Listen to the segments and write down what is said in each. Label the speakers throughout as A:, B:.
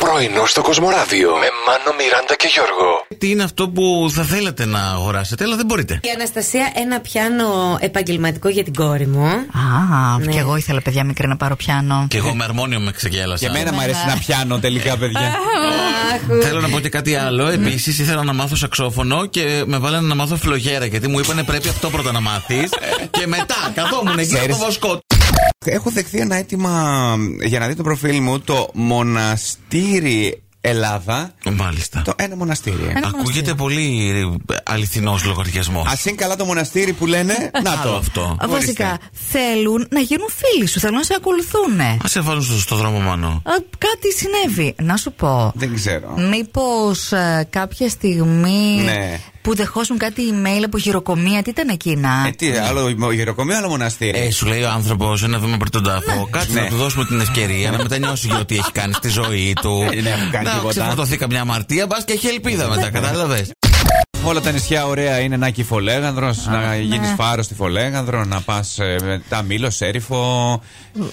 A: Πρωινό στο Κοσμοράδιο με Μάνο, Μιράντα και Γιώργο.
B: Τι είναι αυτό που θα θέλατε να αγοράσετε, αλλά δεν μπορείτε.
C: Η Αναστασία, ένα πιάνο επαγγελματικό για την κόρη μου.
D: Α,
C: Ναι.
D: και εγώ ήθελα παιδιά μικρή να πάρω πιάνο.
B: Και εγώ με αρμόνιο με ξεγέλασα.
E: Και εμένα μου αρέσει να πιάνω τελικά, παιδιά.
B: Θέλω να πω και κάτι άλλο. Επίσης, ήθελα να μάθω σαξόφωνο και με βάλανε να μάθω φλογέρα. Γιατί μου είπανε πρέπει αυτό πρώτα να μάθεις. και μετά καθόμουν εκεί
E: Ξέρεις-
B: στο βοσκό.
E: Έχω δεχθεί ένα αίτημα για να δει το προφίλ μου το Μοναστήρι Ελλάδα.
B: Μάλιστα.
E: Το ένα μοναστήρι.
B: Ακούγεται πολύ αληθινός λογαριασμός.
E: Ας είναι καλά το μοναστήρι που λένε. Να
B: Άλλο
E: το.
B: αυτό.
D: Α, Βασικά, θέλουν να γίνουν φίλοι σου, θέλουν να σε ακολουθούν.
B: Ας σε βάλουν στο, στο δρόμο, Μάνο.
D: Κάτι συνέβη. Να σου πω.
E: Δεν ξέρω.
D: Μήπως κάποια στιγμή
E: Ναι.
D: που δεχόσουν κάτι email από χειροκομεία, τι ήταν εκείνα.
E: Ε, τι, άλλο γεροκομείο, άλλο μοναστήρι.
B: Ε, σου λέει ο άνθρωπος ένα βήμα πριν τον τάφο. Κάτσε να
E: Ναι.
B: του δώσουμε την ευκαιρία να μετανιώσει για ό,τι έχει κάνει στη ζωή του.
E: Ε, ναι, έχω κάνει
B: να
E: τίποτα. Ναι.
B: ξεφορτωθεί καμιά αμαρτία, μπας και έχει ελπίδα μετά, κατάλαβες.
E: Όλα τα νησιά ωραία είναι να έχει φολέγανδρος, να γίνεις φάρος στη φολέγανδρο, να πας μετά μήλο, σέριφο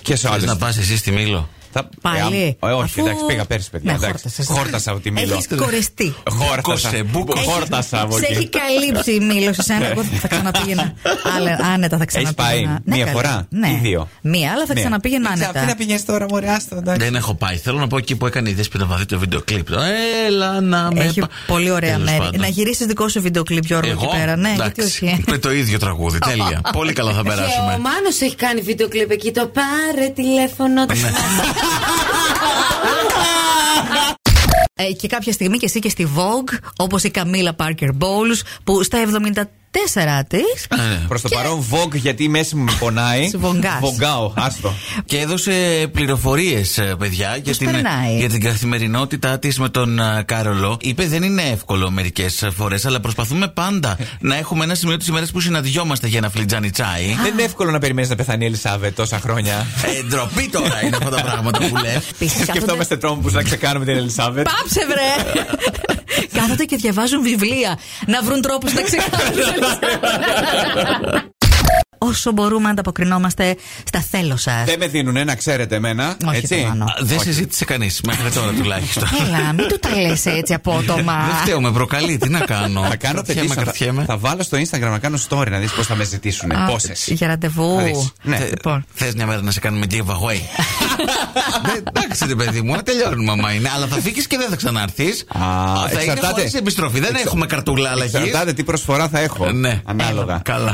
E: και σε
B: Θες
E: άλλες.
B: να πας εσύ στη Μήλο.
E: Θα...
D: Πάλι.
E: Ε, α- ε, όχι,
D: Αφού-
E: εντάξει, πήγα πέρσι, παιδιά.
D: Ναι,
E: εντάξει.
D: χόρτασες.
E: Χόρτασα από τη Μήλο.
D: Έχεις κορεστεί.
E: Χόρτασα.
B: Μπούκωσε, μπούκωσε.
E: Χόρτασα από
D: Σε
E: εκεί.
D: έχει καλύψει η Μήλος εσένα. Εγώ θα ξαναπήγαινα. Άλλα, άνετα θα ξαναπήγαινα.
E: Έχεις πάει
D: Ναι,
E: μία
D: καλέ.
E: φορά
D: Ναι.
E: ή δύο?
D: Μία, αλλά θα
E: Ναι.
D: ξαναπήγαινα
E: Ξα-
D: άνετα.
E: Τι να πηγαίνεις τώρα, Μωρέ, άστο, εντάξει.
B: Δεν έχω πάει. Θέλω να πω εκεί που έκανε η Δέσποινα Βαδί το βίντεο κλιπ. Έλα να με
D: Έχει
B: πα-
D: πολύ ωραία
B: Τέλος
D: μέρη.
B: πάντων.
D: Να γυρίσεις δικό σου βίντεο κλειπ, Γιώργο, εκεί
B: Εγώ,
D: πέρα. Ναι, γιατί
B: εντάξει.
D: όχι.
B: Με το ίδιο τραγούδι. Τέλεια. πολύ καλά θα
C: Και ο
B: περάσουμε.
C: Μάνος έχει κάνει βίντεο κλιπ εκεί. Το πάρε τηλέφωνο του.
D: Ε, και κάποια στιγμή και εσύ και στη Vogue, όπως η Καμίλα Πάρκερ Bowles, που στα 74 της.
B: Ε,
E: Προς το παρόν, Vogue, γιατί η μέση μου με πονάει.
D: Σε βογκάς.
E: Βογκάω, άστο.
B: Και έδωσε πληροφορίες, παιδιά, για την,
D: περνάει.
B: για την καθημερινότητά της με τον ε, Κάρολο. Είπε δεν είναι εύκολο μερικές φορές, αλλά προσπαθούμε πάντα να έχουμε ένα σημείο της ημέρας που συναντιόμαστε για ένα φλιτζάνι τσάι.
E: Δεν είναι εύκολο να περιμένεις να πεθάνει η Ελισάβε τόσα χρόνια.
B: Ε, ντροπή τώρα είναι αυτά τα πράγματα που λες.
D: Επίσης, κάθονται-
E: Σκεφτόμαστε τρόμου να ξεκάνουμε την Ελισάβε.
D: Πάψε, βρε! Κάθονται και διαβάζουν βιβλία να βρουν τρόπους να ξεκαθαρίσουν. Όσο μπορούμε να ανταποκρινόμαστε στα θέλω σας.
E: Δεν με δίνουν, να ξέρετε εμένα.
D: Όχι, Ε,
E: έτσι.
D: το κάνω.
B: Δεν συζήτησε κανείς μέχρι τώρα τουλάχιστον.
D: Έλα, μην του τα λες έτσι απότομα.
B: Δεν φταίω, με προκαλεί, τι να κάνω.
E: Θα κάνω
B: Κρατιέμαι,
E: petition, θα-
B: κρατιέμαι.
E: Θα βάλω στο Instagram να κάνω story να δεις πώς θα με ζητήσουν.
D: Α,
E: Πόσες.
D: Για ραντεβού.
E: Θα δεις. Ναι.
D: Λοιπόν.
B: Θες μια μέρα να σε κάνουμε giveaway. Ναι, Εντάξει, ρε παιδί μου, να τελειώνουμε άμα είναι. Αλλά θα φύγεις και δεν θα ξανάρθεις.
E: Α,
B: Θα είναι
E: εξαρτάται.
B: χωρίς επιστροφή. Δεν έχουμε καρτούλα αλλαγής.
E: Εξαρτάται τι προσφορά θα έχω.
B: Ναι.
E: Ανάλογα.
B: Καλά.